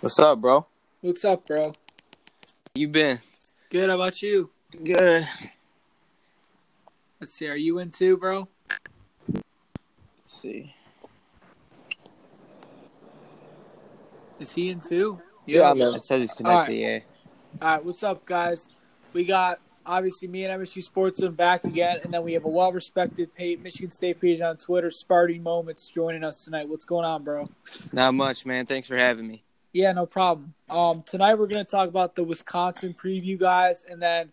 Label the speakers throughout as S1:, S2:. S1: What's up, bro?
S2: What's up, bro?
S1: You been
S2: Good. How about you?
S1: good?
S2: Let's see. Are you in too, bro?
S1: Let's see.
S2: Is he in too?
S1: It says he's
S2: connected,
S1: connected.
S2: All right. What's up, guys? We got obviously me and MSU Sportsman back again, and then we have a well-respected pa- Michigan State page on Twitter, Sparty Moments, joining us tonight. What's going on, bro?
S1: Yeah. Not much, man. Thanks for having me.
S2: Yeah, no problem. Um, tonight we're gonna talk about the Wisconsin preview, guys, and then,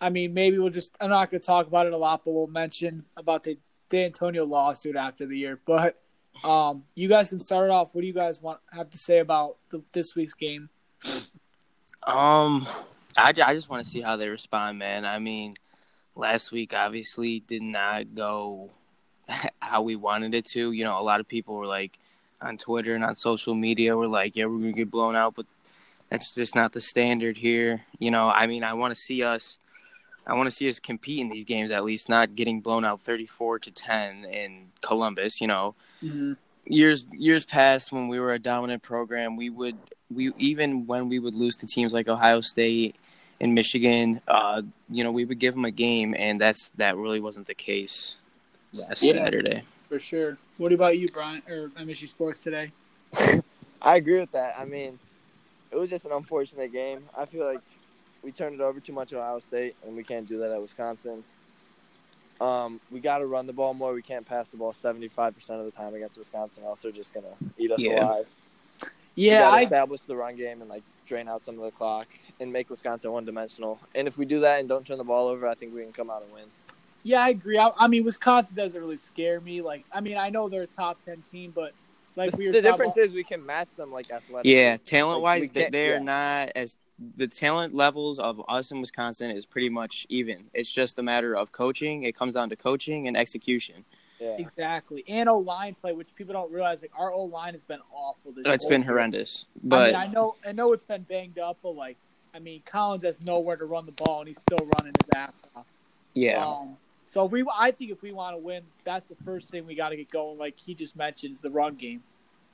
S2: I mean, maybe we'll just. I'm not gonna talk about it a lot, but we'll mention about the D'Antonio lawsuit after the year. But, um, you guys can start it off. What do you guys want have to say about the, this week's game?
S3: Um, I, ju- I just want to see how they respond, man. I mean, last week obviously did not go how we wanted it to. You know, a lot of people were like on Twitter and on social media were like, "Yeah, we're gonna get blown out," but that's just not the standard here. You know, I mean, I want to see us. I want to see us compete in these games at least, not getting blown out thirty-four to ten in Columbus. You know, years years past when we were a dominant program, we would we even when we would lose to teams like Ohio State and Michigan, uh, you know, we would give them a game, and that's that really wasn't the case last
S2: Yeah.
S3: Saturday.
S2: For sure. What about you, Brian or MSU Sports today?
S4: I agree with that. I mean, it was just an unfortunate game. I feel like we turned it over too much at Ohio State, and we can't do that at Wisconsin. Um, we got to run the ball more. We can't pass the ball 75% of the time against Wisconsin, or else they're just going to eat us
S3: Yeah.
S4: alive.
S2: Yeah,
S4: we gotta
S2: I
S4: establish the run game and like drain out some of the clock and make Wisconsin one dimensional. And if we do that and don't turn the ball over, I think we can come out and win.
S2: Yeah, I agree. I, I mean, Wisconsin doesn't really scare me. Like, I mean, I know they're a top ten team, but like
S4: the
S2: we were
S4: the
S2: talking
S4: difference
S2: about,
S4: is we can match them like athletically.
S3: Yeah, talent wise,
S4: Like, we can't-
S3: they're
S4: yeah.
S3: not as the talent levels of us in Wisconsin is pretty much even. It's just a matter of coaching. It comes down to coaching and execution.
S4: Yeah.
S2: exactly and O line play, which people don't realize. Like, our O line has been awful this.
S3: It's
S2: whole
S3: been
S2: year.
S3: horrendous,
S2: I
S3: but
S2: mean, I know, I know it's been banged up, but like, I mean, Collins has nowhere to run the ball, and he's still running his ass off.
S3: yeah,
S2: Um, so if we, I think if we want to win, that's the first thing we got to get going. Like he just mentions the run game.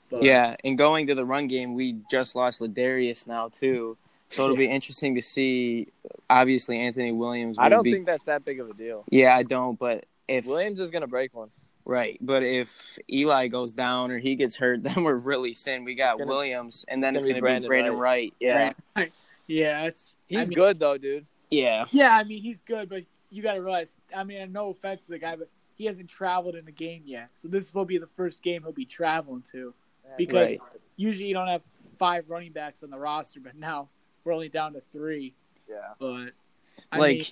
S2: But,
S3: Yeah, and going to the run game, we just lost Ladarius now too, so it'll be interesting to see. Obviously, Anthony Williams.
S4: I
S3: would
S4: don't
S3: be-
S4: think that's that big of a deal.
S3: Yeah, I don't. But if
S4: Williams is going to break one.
S3: right, but if Eli goes down or he gets hurt, then we're really thin. We got
S4: It's gonna-
S3: Williams, and then
S4: it's
S3: it's
S4: gonna
S3: going
S4: be
S3: to be
S4: Brandon
S3: Brandon, Wright. Yeah,
S2: yeah, it's
S4: He's
S2: I mean,
S4: good though, dude.
S3: yeah,
S2: Yeah, I mean he's good, but you got to realize. I mean, no offense to the guy, but he hasn't traveled in the game yet. So this will be the first game he'll be traveling to. Because
S3: Right.
S2: usually you don't have five running backs on the roster, but now we're only down to three.
S4: yeah,
S2: But I
S3: like.
S2: mean,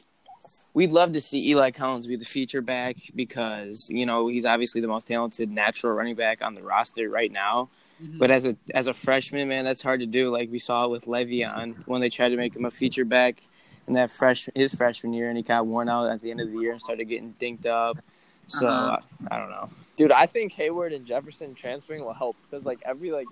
S3: We'd love to see Eli Collins be the feature back because you know he's obviously the most talented natural running back on the roster right now.
S2: mhm.
S3: But as a as a freshman, man, that's hard to do. Like we saw with Le'Veon when they tried to make him a feature back in that fresh his freshman year, and he got worn out at the end of the year and started getting dinked up. So
S2: Uh-huh.
S3: I, I don't know.
S4: dude. I think Hayward and Jefferson transferring will help because like every like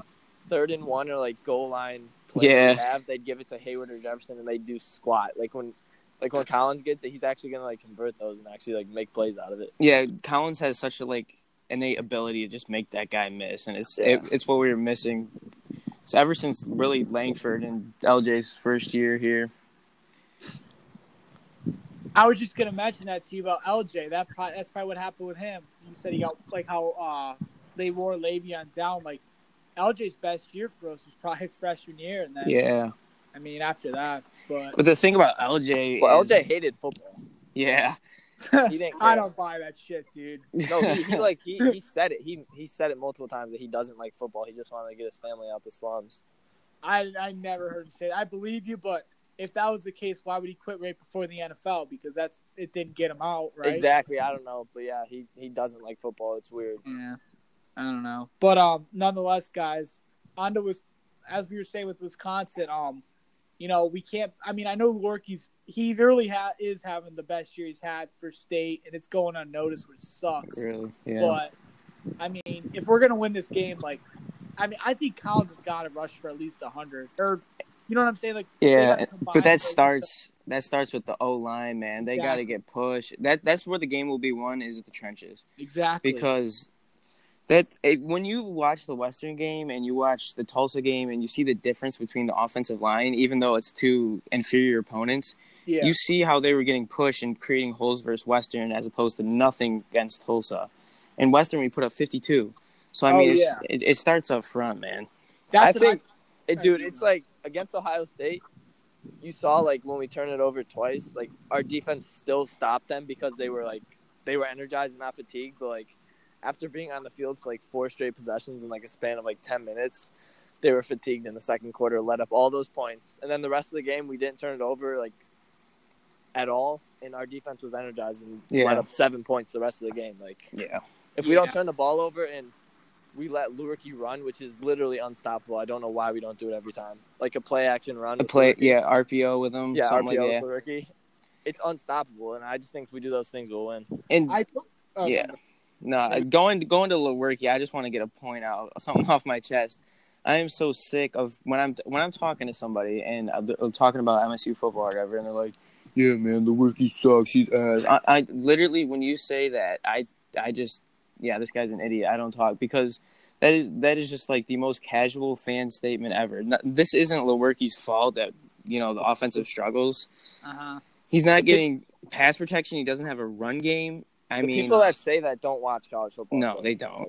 S4: third and one or like goal line play
S3: Yeah.
S4: they have, they'd give it to Hayward or Jefferson and they do squat. Like when like when Collins gets it, he's actually going to like convert those and actually like make plays out of it.
S3: Yeah, Collins has such a like innate ability to just make that guy miss, and it's it, it's what we were missing. So ever since really Langford and LJ's first year here,
S2: I was just gonna mention that to you about LJ. That probably, that's probably what happened with him. You said he got like how uh, they wore Le'Veon down. Like LJ's best year for us was probably his freshman year, and then
S3: yeah.
S2: I mean after that, but.
S3: But the thing about LJ,
S4: Well,
S3: is-
S4: LJ hated football.
S3: yeah,
S4: He didn't. Care.
S2: I don't buy that shit, dude.
S4: No, he, he like he, he said it. He he said it multiple times that he doesn't like football. He just wanted to get his family out the slums.
S2: I I never heard him say that. I believe you, but if that was the case, why would he quit right before the NFL? Because that's it didn't get him out, right?
S4: Exactly. I don't know, but yeah, he he doesn't like football. It's weird.
S2: Yeah. I don't know. But um nonetheless, guys, on to with as we were saying with Wisconsin, um, you know, we can't I mean, I know Lorky's he really ha- is having the best year he's had for state and it's going unnoticed, which sucks.
S3: really, yeah.
S2: But I mean, if we're gonna win this game, like, I mean, I think Collins has got to rush for at least hundred, or you know what I'm saying? Like, they
S3: Yeah,
S2: gotta combine
S3: But that
S2: for at least
S3: starts that starts with the O line, man. They
S2: Yeah.
S3: got to get pushed. That that's where the game will be won is the trenches
S2: a- exactly
S3: because That it, when you watch the Western game and you watch the Tulsa game and you see the difference between the offensive line, even though it's two inferior opponents,
S2: Yeah.
S3: you see how they were getting pushed and creating holes versus Western as opposed to nothing against Tulsa. And Western, we put up 52. So I
S2: Oh,
S3: mean, it's,
S2: yeah.
S3: it, it starts up front, man.
S2: That's
S4: I
S2: what
S4: think, it,
S2: I
S4: dude,
S2: do
S4: it's
S2: know.
S4: like against Ohio State. You saw like when we turned it over twice, like our defense still stopped them because they were like they were energized and not fatigued. But like after being on the field for like four straight possessions in like a span of like ten minutes, they were fatigued in the second quarter, let up all those points, and then the rest of the game we didn't turn it over like at all, and our defense was energized and
S3: Yeah.
S4: let up seven points the rest of the game. Like
S3: Yeah.
S4: if we
S2: Yeah.
S4: don't turn the ball over and we let Lurkey run, which is literally unstoppable. I don't know why we don't do it every time. Like a play action run.
S3: The
S4: with
S3: play,
S4: Lurkey.
S3: yeah, RPO with them,
S4: Yeah,
S3: something
S4: RPO
S3: like that.
S4: with Lurkey. It's unstoppable, and I just think if we do those things, we'll win.
S3: And
S2: I don't- oh,
S3: Yeah. No, going going to Lewerke, I just want to get a point out, something off my chest. I am so sick of when I'm when I'm talking to somebody and I'm I'm talking about MSU football or whatever, and they're like, "Yeah, man, Lewerke sucks. He's ass." I, I literally, when you say that, I I just, yeah, this guy's an idiot. I don't talk because that is that is just like the most casual fan statement ever. No- This isn't Lewerke's fault that you know the offensive struggles.
S2: Uh-huh.
S3: He's not getting pass protection. He doesn't have a run game. I
S4: the
S3: mean,
S4: people that say that don't watch college football.
S3: No,
S4: so-
S3: they don't.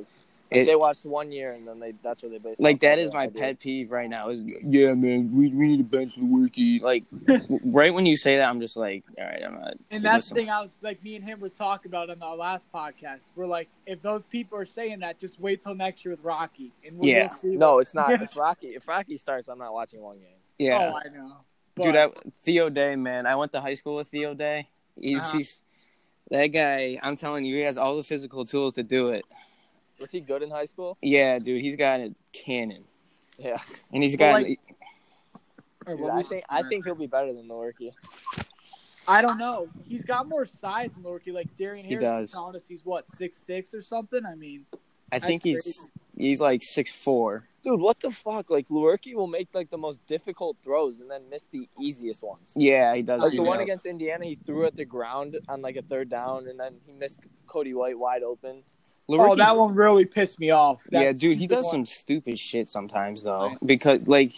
S4: Like,
S3: it-
S4: they watched one year, and then they that's what they base.
S3: like
S4: off of
S3: that is
S4: their
S3: my
S4: ideas.
S3: pet peeve right now. Is, yeah, man, we we need to bench Lewerke. Like w- right when you say that, I'm just like, all right, I'm not.
S2: And that's
S3: listen.
S2: the thing I was like, me and him were talking about on the last podcast. We're like, if those people are saying that, just wait till next year with Rocky, and we'll,
S3: Yeah.
S2: we'll see.
S4: No, it's not. if Rocky if Rocky starts, I'm not watching one game.
S3: Yeah,
S2: Oh, I know.
S3: dude, I, Theo Day, man, I went to high school with Theo Day. He's,
S2: Uh-huh.
S3: he's that guy. I'm telling you, he has all the physical tools to do it.
S4: Was he good in high school?
S3: Yeah, dude, he's got a cannon,
S4: Yeah,
S3: and he's
S2: Well,
S3: got.
S2: like- Or
S4: Dude,
S2: what
S4: I
S2: was-
S4: think I think he'll be better than Lurkey.
S2: I don't know. He's got more size than Lorky. Like Darian
S3: He does.
S2: Harris telling us he's what six six or something. I mean,
S3: I think he's
S2: That's
S3: he's like six four.
S4: Dude, what the fuck? Like Lurkey will make like the most difficult throws and then miss the easiest ones.
S3: Yeah, he does.
S4: Like
S3: do
S4: the one
S3: that.
S4: against Indiana, he threw at the ground on like a third down, and then he missed Cody White wide open.
S3: Lewerke-
S2: oh, that one really pissed me off.
S3: yeah,
S2: That's
S3: dude, he
S2: the
S3: does
S2: one-
S3: some stupid shit sometimes though.
S2: Right.
S3: Because like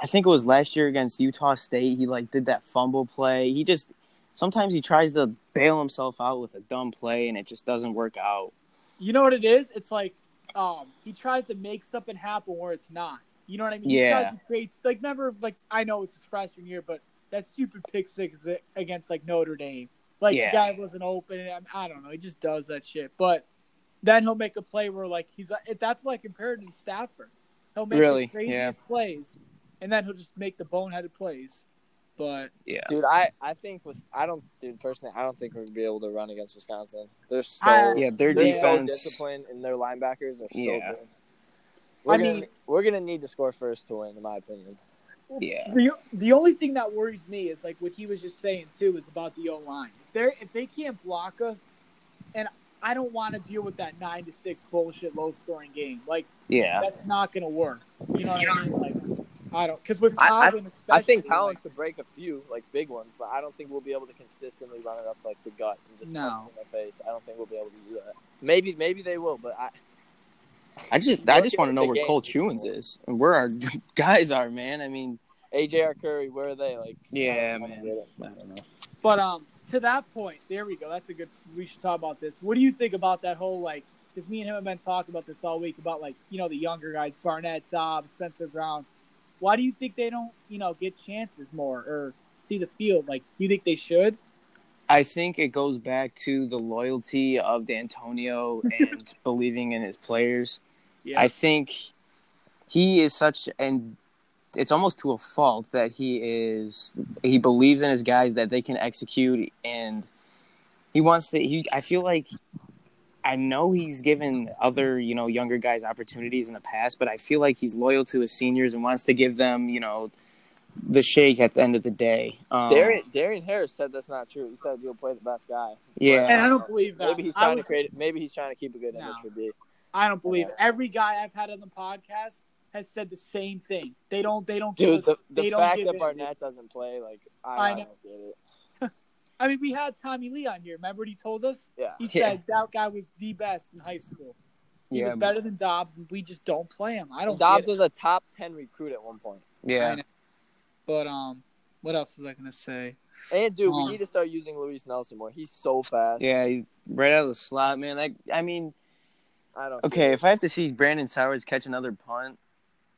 S3: I think it was last year against Utah State, he like did that fumble play. He just sometimes he tries to bail himself out with a dumb play and it just doesn't work out.
S2: You know what it is? It's like um, he tries to make something happen where it's not. You know what I mean?
S3: Yeah.
S2: He tries to create like remember like I know it's his freshman year, but that stupid pick six against like Notre Dame, like
S3: Yeah.
S2: the guy wasn't open. And I'm- I don't know. He just does that shit. But then he'll make a play where like he's uh, if that's why I compared him to Stafford. He'll make
S3: Really?
S2: the craziest plays, and then he'll just make the boneheaded plays. But
S3: Yeah.
S4: Dude, I I think was I don't dude personally I don't think we're gonna be able to run against Wisconsin. They're so
S2: I-
S3: Yeah, their
S4: they're so
S3: defense.
S4: disciplined, and their linebackers are so
S3: Yeah.
S4: good. We're
S2: I
S4: gonna,
S2: mean-
S4: we're gonna need to score first to win, in my opinion.
S3: yeah.
S2: The the only thing that worries me is like what he was just saying too is about the O line. If they if they can't block us, and I don't want to deal with that nine to six bullshit low scoring game. Like
S3: Yeah.
S2: that's not gonna work. You know what I mean? Like I don't because with
S4: I- I-
S2: Ogden especially,
S4: I think Collins
S2: like,
S4: could break a few like big ones, but I don't think we'll be able to consistently run it up like the gut and just
S2: No.
S4: punch it in the face. I don't think we'll be able to do that. Maybe maybe they will, but I
S3: I just I
S4: Look
S3: just
S4: at
S3: want to know
S4: the
S3: where
S4: game.
S3: Cole Chewins is and where our guys are, man. I mean,
S4: AJR Curry, where are they? Like,
S3: Yeah,
S4: I don't
S3: man.
S4: get it.
S3: I don't know.
S2: But um, to that point, there we go. That's a good. We should talk about this. What do you think about that whole like? Because me and him have been talking about this all week about like you know the younger guys, Barnett, Dobbs, Spencer Brown. Why do you think they don't you know get chances more or see the field? Like, do you think they should?
S3: I think it goes back to the loyalty of D'Antonio and believing in his players.
S2: Yeah.
S3: I think he is such, and it's almost to a fault that he is. He believes in his guys that they can execute, and he wants to. He, I feel like, I know he's given other you know younger guys opportunities in the past, but I feel like he's loyal to his seniors and wants to give them you know the shake at the end of the day. Um,
S4: Darian, Darian Harris said that's not true. He said he'll play the best guy. uh,
S3: yeah,
S2: and I don't believe that.
S4: Maybe he's
S2: I
S4: trying
S2: was-
S4: to create. Maybe he's trying to keep a good
S2: No.
S4: image for B.
S2: I don't believe it. every guy I've had on the podcast has said the same thing. They don't. They don't.
S4: Dude,
S2: give a-
S4: the, the
S2: they don't
S4: fact
S2: give
S4: that
S2: it-
S4: Barnett doesn't play, like, I,
S2: I
S4: I,
S2: know.
S4: don't get it.
S2: I mean, we had Tommy Lee on here. Remember what he told us?
S4: Yeah,
S2: He
S3: Yeah.
S2: said that guy was the best in high school. He
S3: Yeah,
S2: was
S3: but-
S2: better than Dobbs, and we just don't play him. I don't.
S4: Dobbs
S2: get it.
S4: was a top ten recruit at one point.
S3: Yeah.
S2: But um, what else was I gonna say?
S4: And dude, we
S2: Um,
S4: need to start using Luis Nelson more. He's so fast.
S3: Yeah, he's right out of the slot, man. Like, I mean,
S4: I don't.
S3: okay, if I have to see Brandon Sowers catch another punt,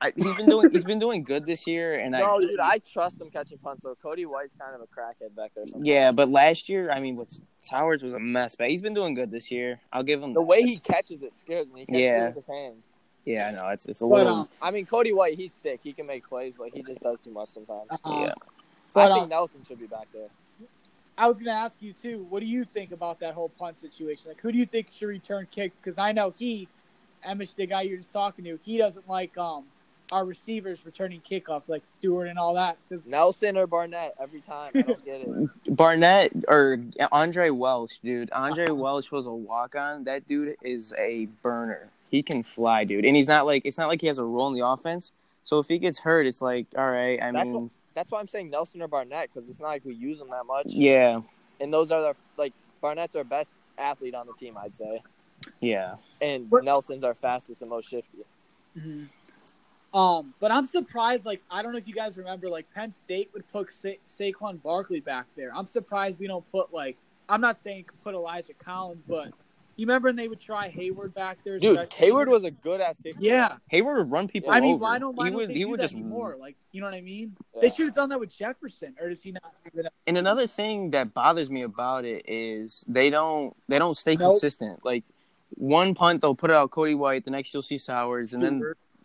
S3: I, he's been doing he's been doing good this year, and
S4: No,
S3: I
S4: dude, I trust him catching punts though. Cody White's kind of a crackhead back there. Sometimes.
S3: yeah, but last year, I mean, with Sowers was a mess, but he's been doing good this year. I'll give him
S4: The way he catches it scares me. He catches
S3: Yeah.
S4: it with his hands.
S3: Yeah, I know it's it's a
S2: But
S3: little.
S2: um,
S4: I mean, Cody White, he's sick. He can make plays, but he just does too much sometimes.
S2: um,
S3: Yeah.
S2: But,
S4: I
S2: um,
S3: uh,
S4: think Nelson should be back there.
S2: I was gonna ask you too. What do you think about that whole punt situation? Like, who do you think should return kicks? Because I know he, Emish, the guy you're just talking to, he doesn't like um our receivers returning kickoffs, like Stewart and all that. Because
S4: Nelson or Barnett every time. I don't get it.
S3: Barnett or Andre Welsh, dude. Andre Welsh was a walk on. That dude is a burner. He can fly, dude. And he's not like it's not like he has a role in the offense. So if he gets hurt, it's like, all right, I
S4: That's
S3: mean
S4: That's why I'm saying Nelson or Barnett because it's not like we use them that much.
S3: Yeah,
S4: And those are the like Barnett's our best athlete on the team, I'd say,
S3: yeah.
S4: and
S2: What-
S4: Nelson's our fastest and most shifty.
S2: Mm-hmm. um, but I'm surprised. Like, I don't know if you guys remember, like Penn State would put Sa- Saquon Barkley back there. I'm surprised we don't put like. I'm not saying put Elijah Collins, but you remember when they would try Hayward back there.
S4: Dude,
S2: stretch-
S4: Hayward was a good ass kicker.
S2: Yeah.
S3: Hayward would run people
S2: I mean,
S3: over.
S2: why don't why
S3: he
S2: don't
S3: would
S2: they
S3: he
S2: do
S3: would
S2: that
S3: just
S2: anymore? Like, you know what I mean?
S4: Yeah.
S2: They should have done that with Jefferson, or does he not? have it?
S3: And another thing that bothers me about it is they don't they don't stay
S2: Nope.
S3: consistent. Like one punt they'll put out Cody White, the next you'll see Sowers, and then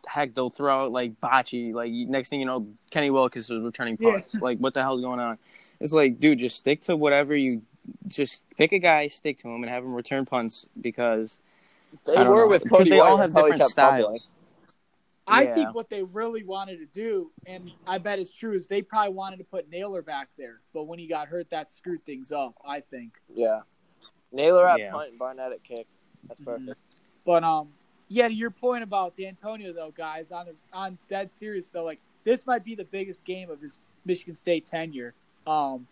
S3: heck they'll throw out like Bocce. Like next thing you know, Kenny Wilkins was returning
S2: Yeah.
S3: punts. Like what the hell's going on? It's like, dude, just stick to whatever you just pick a guy, stick to him, and have him return punts because
S4: They
S3: I don't
S4: were
S3: know.
S4: with
S3: 'Cause
S4: Cody
S3: they
S4: White
S3: all have
S4: until he
S3: different
S4: kept fumbling.
S3: styles.
S2: I
S3: Yeah.
S2: think what they really wanted to do, and I bet it's true, is they probably wanted to put Naylor back there, but when he got hurt, that screwed things up. I think.
S4: Yeah. Naylor at
S3: Yeah.
S4: punt and Barnett at kick. That's
S2: Mm-hmm.
S4: perfect.
S2: But um, yeah, to your point about D'Antonio though, guys, on the, on dead serious though, like this might be the biggest game of his Michigan State tenure. Um,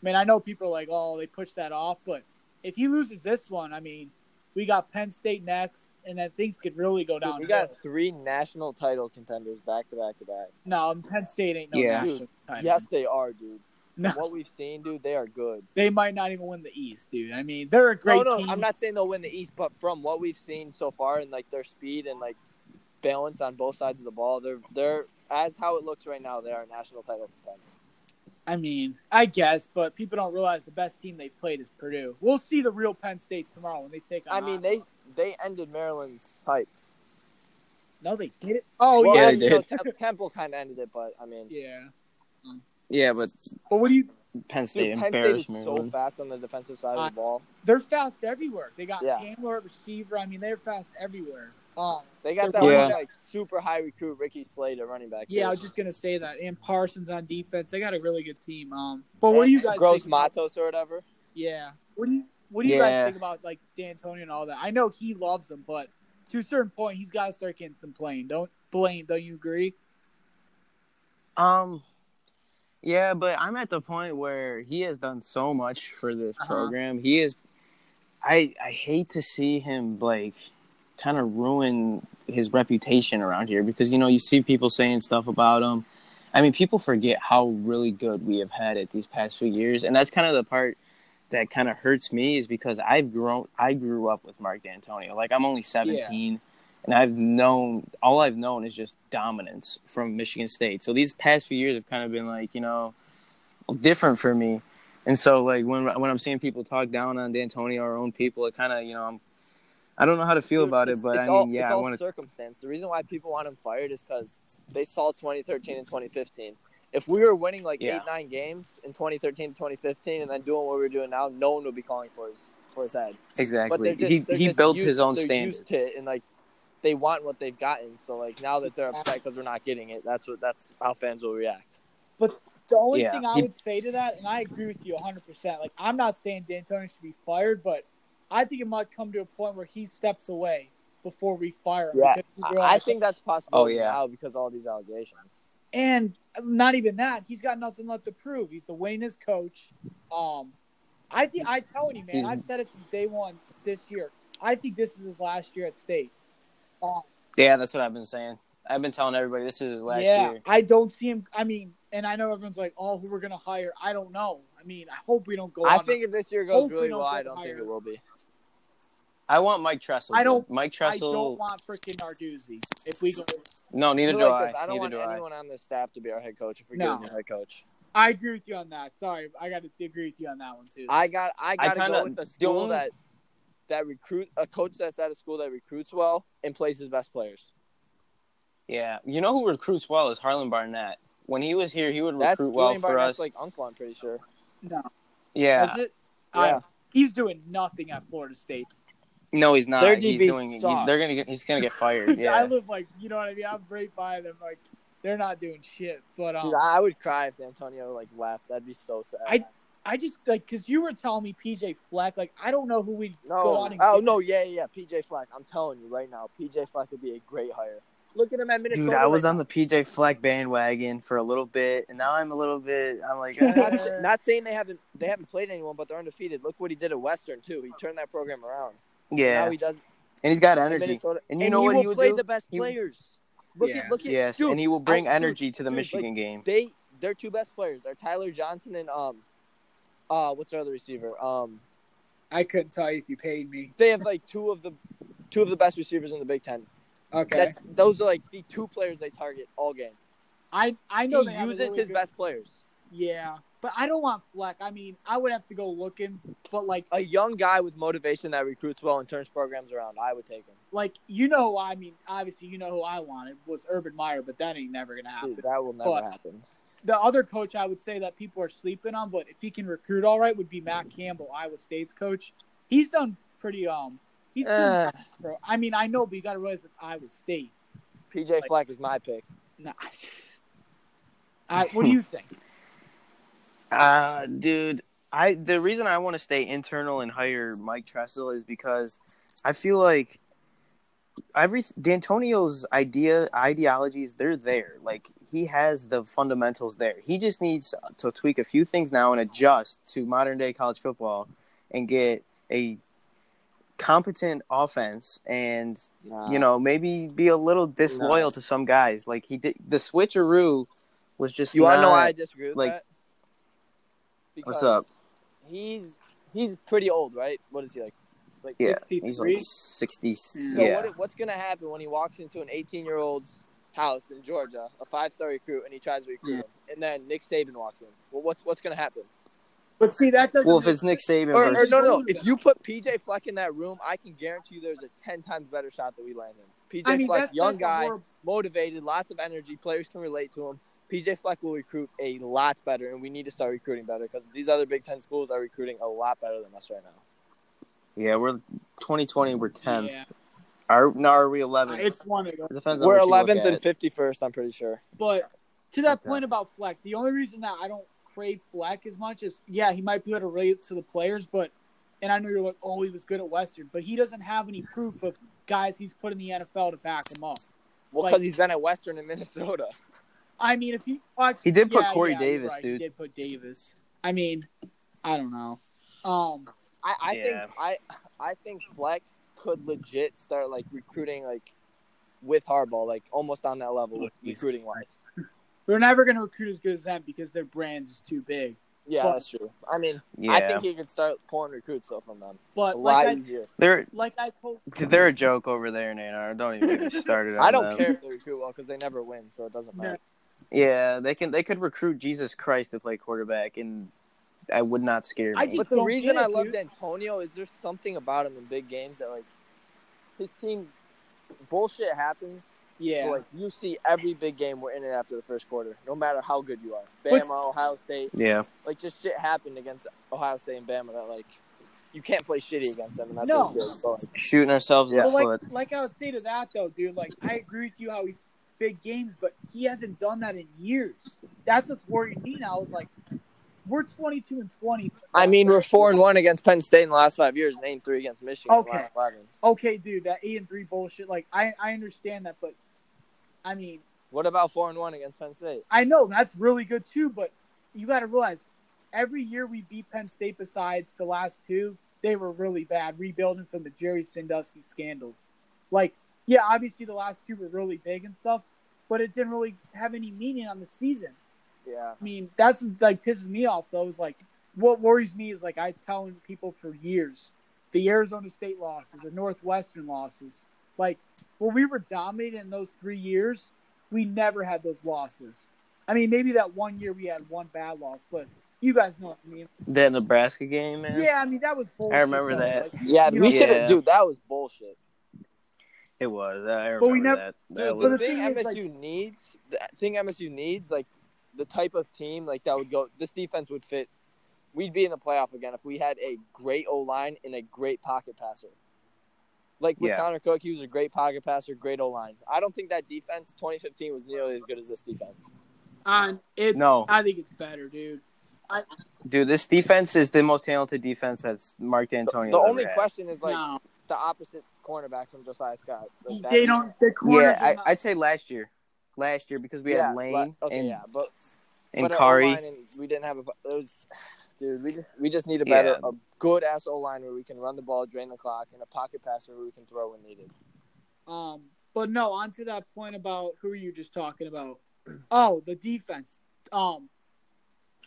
S2: I mean, I know people are like, oh, they pushed that off, but if he loses this one, I mean, we got Penn State next, and then things could really go down.
S4: Dude, we got three national title contenders back to back to back.
S2: no, and Penn State ain't no
S3: Yeah.
S2: national title.
S4: Yes, they are, dude.
S2: No.
S4: What we've seen, dude, they are good.
S2: they might not even win the East, dude. I mean, they're a great
S4: no, no,
S2: team.
S4: I'm not saying they'll win the East, but from what we've seen so far and like their speed and like balance on both sides of the ball, they're they're as how it looks right now, they are a national title contender.
S2: I mean, I guess, but people don't realize the best team they played is Purdue. We'll see the real Penn State tomorrow when they take on.
S4: I mean, they they ended Maryland's hype.
S2: No, they did it. Oh
S4: Well,
S3: yeah,
S2: yeah,
S3: they
S4: you know,
S3: did.
S4: Tem- Temple kind of ended it, but I mean,
S2: yeah.
S3: yeah, but
S2: But what do you?
S3: Penn State
S4: dude, Penn State is
S3: embarrassed
S4: so
S3: Maryland.
S4: fast on the defensive side of the ball.
S2: They're fast everywhere. They got
S4: Yeah.
S2: handler at receiver. I mean, they're fast everywhere. Um,
S4: They got that
S3: Yeah.
S4: one like super high recruit Ricky Slade at running back.
S2: yeah, I
S4: too.
S2: was just gonna say that. And Parsons on defense, they got a really good team. Um, but what do you guys?
S4: Gross
S2: think about-
S4: Matos or whatever.
S2: Yeah. What do you? What do you
S3: Yeah.
S2: guys think about like D'Antonio and all that? I know he loves him, but to a certain point, he's got to start getting some blame. Don't blame. Don't you agree?
S3: Um, yeah, but I'm at the point where he has done so much for this
S2: Uh-huh.
S3: program. He is. I I hate to see him like kind of ruin his reputation around here because you know you see people saying stuff about him. I mean, people forget how really good we have had it these past few years, and that's kind of the part that kind of hurts me is because I've grown. I grew up with Mark D'Antonio. Like I'm only 17, and I've known all I've known is just dominance from Michigan State. So these past few years have kind of been like you know different for me. And so like when when I'm seeing people talk down on D'Antonio, our own people, it kind of you know I'm I don't know how to feel
S4: Dude,
S3: about it,
S4: it's-
S3: but I
S4: it's
S3: mean
S4: all,
S3: yeah,
S4: it's
S3: I
S4: all
S3: want to
S4: circumstance. The reason why people want him fired is because they saw 2013 and 2015. If we were winning like
S3: Yeah.
S4: eight, nine games in 2013 and 2015, and then doing what we were doing now, no one would be calling for his for his head. But
S3: exactly.
S4: they're just,
S3: he
S4: they're
S3: he
S4: just
S3: built
S4: used-
S3: his own
S4: they're
S3: standard.
S4: used to it, and like they want what they've gotten. So like now that they're upset because we're not getting it, that's what that's how fans will react.
S2: The only
S3: Yeah.
S2: thing I
S3: He-
S2: would say to that, and I agree with you 100%, like, I'm not saying D'Antonio should be fired, but I think it might come to a point where he steps away before we fire him.
S4: Yeah,
S2: because he
S4: I, I
S2: realizes-
S4: think that's possible
S3: Oh, yeah.
S4: now because all these allegations.
S2: and not even that, he's got nothing left to prove. He's the winningest coach. Um, I think I telling you, man,
S3: He's-
S2: I've said it since day one this year. I think this is his last year at state. Um,
S3: Yeah, that's what I've been saying. I've been telling everybody this is his last
S2: yeah,
S3: year.
S2: I don't see him. I mean, and I know everyone's like, "Oh, who we're gonna hire?" I don't know. I mean, I hope we don't go.
S4: I
S2: on
S4: think if this year goes
S2: Hopefully
S4: really
S2: don't
S4: well, I
S2: get
S4: don't think
S2: hired.
S4: it will be.
S3: I want Mike Tressel.
S2: I
S3: dude.
S2: don't-
S3: Mike
S2: I don't
S3: Tressel.
S2: want freaking Narduzzi. If we go,
S3: No, neither
S4: Put
S3: do
S4: it like this,
S3: I.
S4: don't
S3: Neither
S4: want
S3: do I.
S4: anyone on this staff to be our head coach if we
S2: No.
S4: get a new head coach.
S2: I agree with you on that. Sorry, I got to agree with you on that one too.
S4: I got I got to
S3: kinda
S4: go with a school
S3: don't-
S4: that that recruit a coach that's at a school that recruits well and plays his best players.
S3: Yeah, you know who recruits well is Harlan Barnett. When he was here, he would
S4: That's
S3: recruit
S4: Julian
S3: well for
S4: Barnett's
S3: us.
S4: like uncle, I'm pretty sure.
S2: no,
S3: yeah,
S2: is it?
S4: Yeah.
S2: I, he's doing nothing at Florida State.
S3: no, he's not.
S4: Their
S3: he's
S4: DBs
S3: doing. he-
S4: suck.
S3: they're gonna get. He's gonna get fired.
S2: I
S3: Yeah,
S2: live like you know what I mean. I'm right by them. Like they're not doing shit. But um,
S4: Dude, I would cry if Antonio like left. That'd be so sad.
S2: I- I just like because you were telling me PJ Fleck. Like I don't know who we
S4: no.
S2: go on and
S4: oh
S2: get.
S4: no, yeah, yeah, yeah. PJ Flack. I'm telling you right now, PJ Flack would be a great hire. Look at him at Minnesota.
S3: dude, I was
S4: right
S3: on the PJ Fleck bandwagon for a little bit, and now I'm a little bit. I'm like,
S4: now.
S3: eh.
S4: not, not saying they haven't they haven't played anyone, but they're undefeated. Look what he did at Western too. He turned that program around.
S3: yeah,
S4: Now he does
S3: and he's got energy.
S4: Minnesota,
S3: And you know what
S4: will
S3: he would
S4: play
S3: do?
S4: the best
S3: He-
S4: players. Look
S2: Yeah.
S4: at look at
S3: Yes,
S4: dude,
S3: and he will bring
S4: I- dude,
S3: energy to the
S4: dude, like,
S3: Michigan game.
S4: they their two best players are Tyler Johnson and um uh what's their other receiver? Um
S2: I couldn't tell you if you paid me.
S4: they have like two of the two of the best receivers in the Big Ten.
S2: Okay,
S4: That's those are like the two players they target all game.
S2: I I know
S4: he
S2: they have a
S4: uses
S2: really
S4: his
S2: good-
S4: best players.
S2: Yeah, but I don't want Fleck. I mean, I would have to go looking. But like,
S4: A young guy with motivation that recruits well and turns programs around, I would take him.
S2: like you know, I mean, obviously you know who I wanted was Urban Meyer, but that ain't never gonna happen.
S4: Dude, that will never
S2: But-
S4: happen.
S2: The other coach I would say that people are sleeping on, but if he can recruit all right, would be Matt Campbell, Iowa State's coach. He's done pretty. Um, he's done.
S3: Uh,
S2: Bro, I mean, I know, but you gotta realize it's Iowa State.
S4: PJ Fleck is my pick.
S2: Nah. I, what do you think?
S3: Uh, dude, I the reason I want to stay internal and hire Mike Tressel is because I feel like every D'Antonio's idea ideologies they're there. Like he has the fundamentals there. He just needs to tweak a few things now and adjust to modern day college football and get a competent offense and
S4: Nah.
S3: you know maybe be a little disloyal to some guys like he did the switcheroo was just
S4: You want to know
S3: not-
S4: why I disagree with
S3: like-
S4: that?
S3: What's up?
S4: He's he's pretty old, right? What is he like? Like
S3: Yeah,
S2: 63?
S3: He's like 60.
S4: So
S3: yeah.
S4: what, what's going to happen when he walks into an 18 year old's house in Georgia, a five star recruit, and he tries to recruit
S2: Yeah.
S4: him, and then Nick Saban walks in? Well, what's what's going to happen?
S2: But see, that doesn't.
S3: well, if it's Nick Saban
S4: Or, or
S3: versus.
S4: no, no, if you put PJ Fleck in that room, I can guarantee you there's a 10 times better shot that we land him. PJ
S2: I mean,
S4: Fleck,
S2: that's,
S4: young
S2: that's a
S4: guy,
S2: horrible-
S4: motivated, lots of energy, players can relate to him. PJ Fleck will recruit a lot better, and we need to start recruiting better because these other Big Ten schools are recruiting a lot better than us right now.
S3: Yeah, we're 2020, we're 10th.
S2: Yeah.
S3: Are, no, are we 11th?
S2: it's one of them.
S3: It depends on
S4: We're
S3: what you look
S4: 11th and
S3: at.
S4: 51st, I'm pretty sure.
S2: But to that
S3: Okay.
S2: point about Fleck, the only reason that I don't crave Fleck as much is, yeah, he might be able to relate to the players, but and I know you're like, oh, he was good at Western, but he doesn't have any proof of guys he's put in the NFL to back him up.
S4: Well,
S2: Like-
S4: because he's been at Western and Minnesota.
S2: I mean, if he well,
S3: He did put
S2: yeah,
S3: Corey
S2: yeah, you're
S3: Davis,
S2: right,
S3: dude.
S2: He did put Davis. I mean, I don't know. Um,
S4: I, I
S3: Yeah.
S4: think I I think Fleck could legit start like recruiting like with Harbaugh, like almost on that level
S2: Oh, Jesus
S4: recruiting wise.
S2: we're never going to recruit as good as them because their brand's is too big.
S4: Yeah,
S2: But-
S4: that's true. I mean,
S3: Yeah.
S4: I think he could start pulling recruits though from them. A
S2: But
S4: lot
S2: like I,
S4: easier.
S3: they're,
S2: like I told,
S3: they're a joke over there, Nanar. Don't even get me started on
S4: I don't
S3: them.
S4: care if they recruit well because they never win, so it doesn't matter.
S3: Yeah, they can. They could recruit Jesus Christ to play quarterback, and I would not scare me.
S2: I just-
S4: But the
S2: don't
S4: reason
S2: get it,
S4: I loved
S2: dude.
S4: Antonio is there's something about him in big games that like his team's bullshit happens.
S2: yeah.
S4: But, like you see every big game we're in it after the first quarter, no matter how good you are.
S2: But-
S4: Bama, Ohio State,
S3: yeah,
S4: like just shit happened against Ohio State and Bama that like you can't play shitty against them. And that's
S2: No.
S4: what it is. But, like,
S3: shooting ourselves in
S2: But
S3: the
S2: like,
S3: foot.
S2: like I would say to that though, dude. Like, I agree with you how he's big games, but he hasn't done that in years. That's what's worrying me now. Is like, we're twenty two and twenty.
S4: I mean, we're four and one against Penn State in the last five years, and eight and three against Michigan. in the
S2: Okay.
S4: last 11.
S2: okay, dude. That eight and three bullshit. Like, I I understand that, but I mean,
S4: What about four and one against Penn State?
S2: I know that's really good too. But you got to realize, every year we beat Penn State. Besides the last two, they were really bad, rebuilding from the Jerry Sandusky scandals. Like, yeah, obviously the last two were really big and stuff, but it didn't really have any meaning on the season.
S4: Yeah.
S2: I mean, that's what, like pisses me off though. Is like what worries me is like I telling people for years, the Arizona State losses, the Northwestern losses. Like when we were dominated in those three years, we never had those losses. I mean, maybe that one year we had one bad loss, but you guys know what I mean.
S3: That Nebraska game, man.
S2: Yeah, I mean that was bullshit.
S3: I remember
S2: though.
S3: that.
S2: Like,
S4: Yeah,
S2: You know-
S4: we should
S3: Yeah.
S4: have, dude. That was bullshit.
S3: It was. I remember
S2: But we never-
S3: that.
S4: Dude,
S3: that
S2: but
S4: the
S3: was,
S4: thing
S2: thing is,
S4: MSU
S2: like-
S4: needs, the thing MSU needs, like the type of team, like that would go. This defense would fit. We'd be in the playoff again if we had a great O line and a great pocket passer. Like with
S3: Yeah.
S4: Connor Cook, he was a great pocket passer, great O line. I don't think that defense 2015 was nearly as good as this defense.
S2: on Uh, it's
S3: No.
S2: I think it's better, dude.
S3: dude, this defense is the most talented defense that's Mark D'Antonio.
S4: the
S3: ever
S4: only
S3: had.
S4: question is like
S2: no,
S4: the opposite cornerback from Josiah Scott. Like, that-
S2: they don't. The corners.
S3: Yeah, I,
S2: are not-
S3: I'd say last year. Last year because we
S4: Yeah,
S3: had Lane
S4: but- okay,
S3: and,
S4: yeah, but
S3: uh, and
S4: but our
S3: Kari.
S4: O-line and we didn't have a. It was, dude. We just, we just need a better, a good ass O line where we can run the ball, drain the clock, and a pocket passer where we can throw when needed.
S2: Um, but no, on to that point about who are you just talking about? Oh, the defense. Um,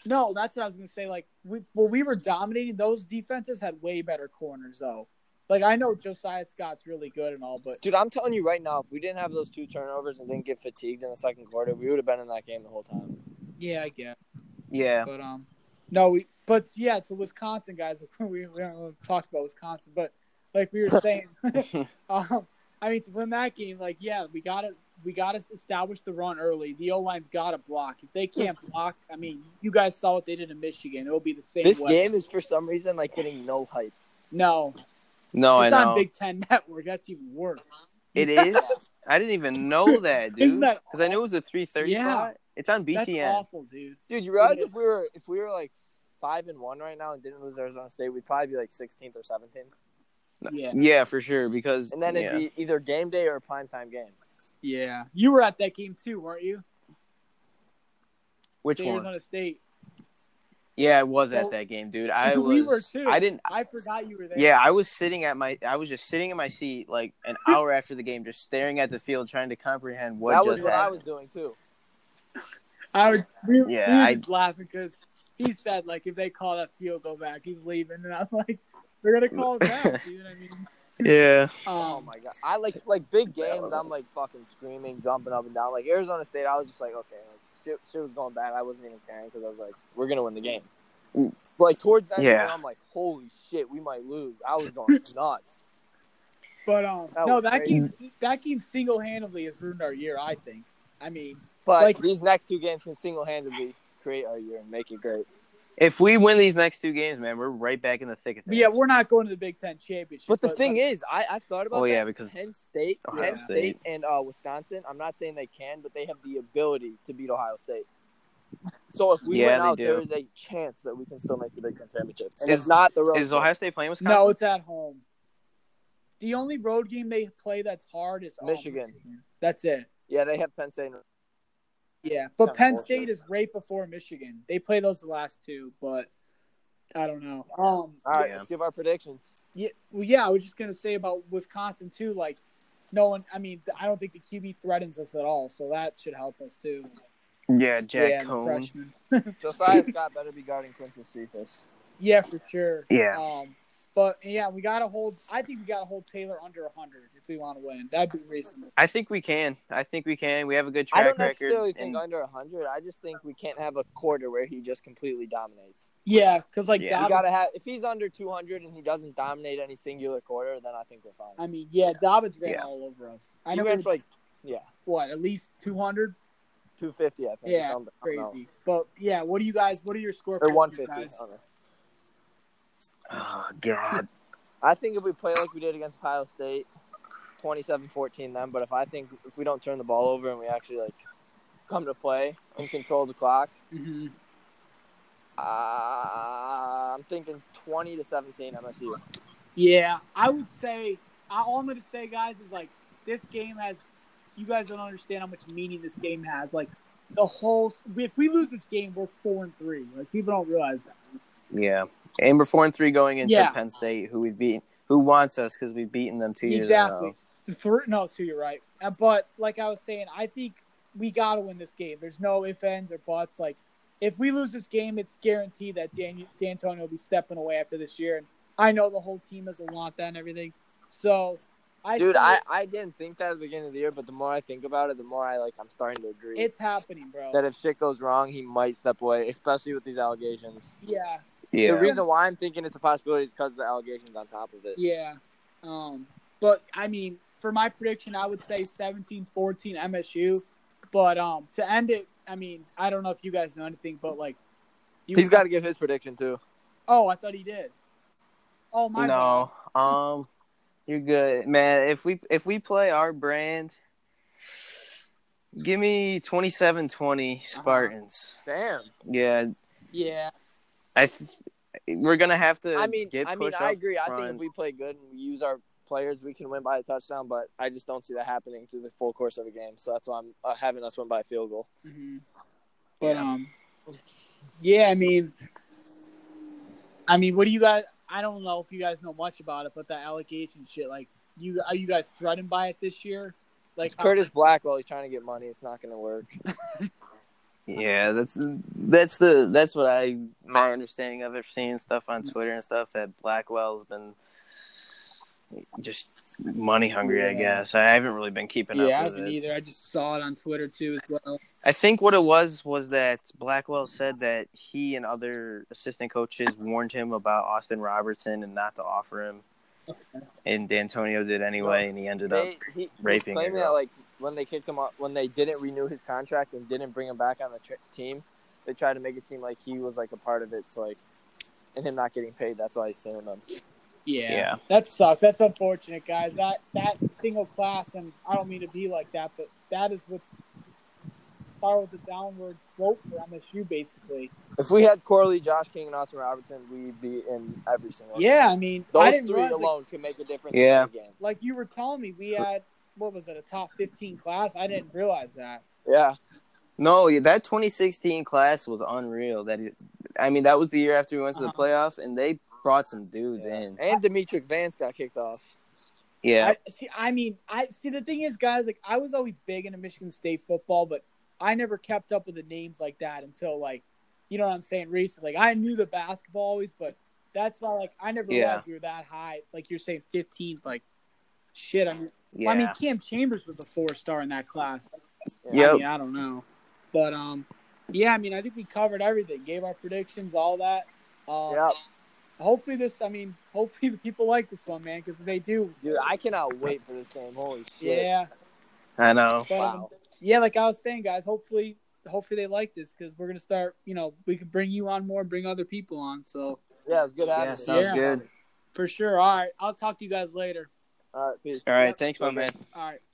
S2: no, that's what I was gonna say. Like, we, when we were dominating, those defenses had way better corners, though. Like, I know Josiah Scott's really good and all, but
S4: Dude, I'm telling you right now, if we didn't have those two turnovers and didn't get fatigued in the second quarter, we would have been in that game the whole time.
S2: yeah, I get.
S3: yeah.
S2: But um, no, we. But yeah, to Wisconsin guys, we, we don't really talk about Wisconsin, but like we were saying, um, I mean, to win that game, like yeah, we got to we got to establish the run early. The O line's got to block. If they can't block, I mean, you guys saw what they did in Michigan. It'll be the same.
S4: This
S2: way.
S4: game is for some reason like getting no hype.
S2: no,
S3: No,
S2: it's
S3: Oh, I
S2: on
S3: know.
S2: Big Ten Network. That's even worse.
S3: It is. I didn't even know that, dude.
S2: Isn't
S3: Because
S2: that
S3: I knew it was a three thirty
S2: Yeah.
S3: slot. It's on
S2: That's
S3: BTN.
S2: awful, dude.
S4: Dude, you realize
S2: It is.
S4: if we were if we were like five and one right now and didn't lose Arizona State, we'd probably be like sixteenth or seventeenth.
S2: Yeah,
S3: Yeah, for sure. Because
S4: And then it'd
S3: yeah.
S4: be either game day or a primetime game.
S2: yeah. You were at that game too, weren't you?
S3: which one?
S2: Arizona State.
S3: Yeah, I was
S2: So-
S3: at that game, dude. I was.
S2: We were too.
S3: I didn't.
S2: I forgot you were there.
S3: Yeah, I was sitting at my. I was just sitting in my seat like an hour after the game, just staring at the field, trying to comprehend what
S4: that
S3: just
S4: was what I
S3: happened.
S4: was doing too.
S2: I would, we, we
S3: Yeah,
S2: were
S3: I-
S2: just laughing because he said like if they call that field goal back, he's leaving, and I'm like, they're gonna call it back, dude. I mean,
S3: Yeah.
S2: um,
S4: Oh my god! I like like big games. I'm like fucking screaming, jumping up and down. Like Arizona State, I was just like, okay, like shit, shit was going bad. I wasn't even caring because I was like, we're gonna win the game. But like towards that,
S3: Yeah.
S4: game, I'm like, holy shit, we might lose. I was going nuts.
S2: but um,
S4: That
S2: no,
S4: was
S2: that
S4: crazy.
S2: game, that game single handedly has ruined our year. I think. I mean,
S4: But
S2: Like-
S4: these next two games can single handedly create our year and make it great.
S3: If we win these next two games, man, we're right back in the thick of
S2: but
S3: things.
S2: yeah, we're not going to the Big Ten championship.
S4: But the thing is, I I thought about
S3: Oh,
S4: that.
S3: yeah, because-
S4: Penn State,
S3: Ohio
S4: Penn State, and uh, Wisconsin. I'm not saying they can, but they have the ability to beat Ohio State. So if we
S3: Yeah,
S4: win
S3: they
S4: out,
S3: do.
S4: there is a chance that we can still make the Big Ten championship. And
S3: Is-
S4: it's not the road.
S3: is
S4: trip.
S3: Ohio State playing Wisconsin?
S2: no, it's at home. The only road game they play that's hard is um,
S4: Michigan.
S2: That's it.
S4: Yeah, they have Penn State.
S2: Yeah, but
S4: kinda
S2: Penn
S4: bullshit.
S2: State is right before Michigan. They play those last two, but I don't know. Um,
S4: All right,
S3: Yeah.
S4: let's give our predictions.
S2: Yeah, well, yeah. I was just gonna say about Wisconsin too. Like, no one. I mean, I don't think the QB threatens us at all, so that should help us too.
S3: Yeah,
S2: yeah,
S3: Jack
S2: the
S3: Cohn.
S2: freshman.
S4: Josiah Scott better be guarding Quintus Cephas.
S2: Yeah, for sure.
S3: Yeah.
S4: Uh,
S2: Um, but yeah, we gotta hold. I think we gotta hold Taylor under hundred if we want to win. That'd be reasonable.
S3: I think we can. I think we can. We have a good track
S4: I don't
S3: record.
S4: necessarily think
S3: and-
S4: under 100. I just think we can't have a quarter where he just completely dominates.
S2: Yeah, because like
S3: Yeah.
S4: We
S2: Dobbins.
S4: gotta have if he's under 200 and he doesn't dominate any singular quarter, then I think we're fine.
S2: I mean, yeah, Dobbins ran
S3: Yeah.
S2: all over us. I
S4: he
S2: know we
S4: ran
S2: were-
S4: for like yeah,
S2: what at least two hundred.
S4: 250 I think.
S2: Yeah,
S4: or something. I don't know.
S2: Crazy. But yeah, what do you guys? What are your score?
S4: Or
S2: predictions,
S4: 150.
S2: guys?
S4: I don't know.
S3: Oh God.
S4: I think if we play like we did against Ohio State, 27-14 then. But if I think if we don't turn the ball over and we actually like come to play and control the clock,
S2: Mhm.
S4: uh, I'm thinking 20 to 17 MSU.
S2: Yeah, I would say. I, all I'm gonna say, guys, is like this game has. You guys don't understand how much meaning this game has. Like the whole. If we lose this game, we're four and three. Like people don't realize that.
S3: Yeah. And we're four and three going into
S2: Yeah.
S3: Penn State, who we beat, who wants us because we've beaten them two years
S2: exactly. Three, no, two, you're right. Uh, But like I was saying, I think we got to win this game. There's no ifs, ands, or buts. Like, if we lose this game, it's guaranteed that Dan D'Antonio will be stepping away after this year. And I know the whole team doesn't want that and everything. So, I
S4: Dude,
S2: think
S4: I, I didn't think that at the beginning of the year, but the more I think about it, the more I like I'm starting to agree
S2: it's happening, bro.
S4: that if shit goes wrong, he might step away, especially with these allegations.
S2: yeah,
S4: The reason why I'm thinking it's a possibility is because of the allegations on top of it.
S2: yeah. Um, but I mean, for my prediction, I would say 17-14 MSU. But um, to end it, I mean, I don't know if you guys know anything, but like, you
S4: He's got to give his prediction too.
S2: Oh, I thought he did. Oh my god.
S3: no, um, you're good, man. If we if we play our brand, give me
S4: Uh-huh.
S3: 27-20 Spartans.
S4: Damn.
S3: Yeah,
S2: Yeah.
S3: I th- we're gonna have to.
S4: I mean,
S3: get
S4: I mean,
S3: pushed
S4: I
S3: up
S4: agree. I think
S3: front.
S4: if we play good and we use our players, we can win by a touchdown. But I just don't see that happening through the full course of a game. So that's why I'm uh, having us win by a field goal.
S2: hmm But um, yeah. I mean, I mean, what do you guys? I don't know if you guys know much about it, but that allegation shit. Like, you are you guys threatened by it this year? Like,
S4: It's Curtis Black while he's trying to get money. It's not going to work.
S3: Yeah, that's that's the that's what I my understanding of it. Seeing stuff on Twitter and stuff that Blackwell's been just money hungry. I
S2: Yeah.
S3: guess I haven't really been keeping
S2: yeah, I
S3: up with
S2: haven't
S3: it.
S2: either. I just saw it on Twitter too as well.
S3: I think what it was was that Blackwell said that he and other assistant coaches warned him about Austin Robertson and not to offer him, and D'Antonio did anyway, and he ended up.
S4: They, he was
S3: raping a
S4: claiming that
S3: girl.
S4: like when they kicked him out, when they didn't renew his contract and didn't bring him back on the tri- team, they tried to make it seem like he was like a part of it. So like, and him not getting paid, that's why he's suing them.
S2: Yeah.
S3: Yeah.
S2: That sucks. That's unfortunate, guys. That that single class, and I don't mean to be like that, but that is what's spiraled the downward slope for MSU, basically.
S4: If we had Corley, Josh King, and Austin Robertson, we'd be in every single. game.
S2: Yeah, I mean, I
S4: those
S2: didn't
S4: three
S2: realize, like-
S4: alone can make a difference.
S3: Yeah.
S4: in the game.
S2: like you were telling me, we had what was it a top fifteen class? I didn't realize that.
S4: Yeah.
S3: No, yeah, that 2016 class was unreal. That it, I mean, that was the year after we went to the
S2: Uh-huh.
S3: playoffs, and they brought some dudes
S4: Yeah.
S3: in.
S4: And Dimitri Vance got kicked off.
S3: Yeah,
S2: I, see, I mean, I see. The thing is, guys, like I was always big into Michigan State football, but I never kept up with the names like that until like, you know what I'm saying? Recently, like, I knew the basketball always, but that's not like I never
S3: Yeah.
S2: realized we were that high. Like you're saying, 15th, like shit. I mean,
S3: yeah.
S2: I mean, Cam Chambers was a four star in that class.
S3: Yep.
S2: I mean, I don't know. But um yeah, I mean I think we covered everything. Gave our predictions, all that. Um
S4: Yep.
S2: hopefully this I mean, hopefully the people like this one, man, because they do.
S4: Dude, I cannot wait for this game. Holy shit.
S2: Yeah.
S3: I know.
S2: But, um,
S4: Wow.
S2: yeah, like I was saying, guys, hopefully hopefully they like this because we're gonna start, you know, we could bring you on more, bring other people on. So
S4: Yeah, it's good having
S3: Yeah,
S4: you.
S3: sounds
S2: Yeah.
S3: good.
S2: for sure. All right. I'll talk to you guys later.
S4: All right, peace.
S3: All right, thanks, my man.
S2: All right.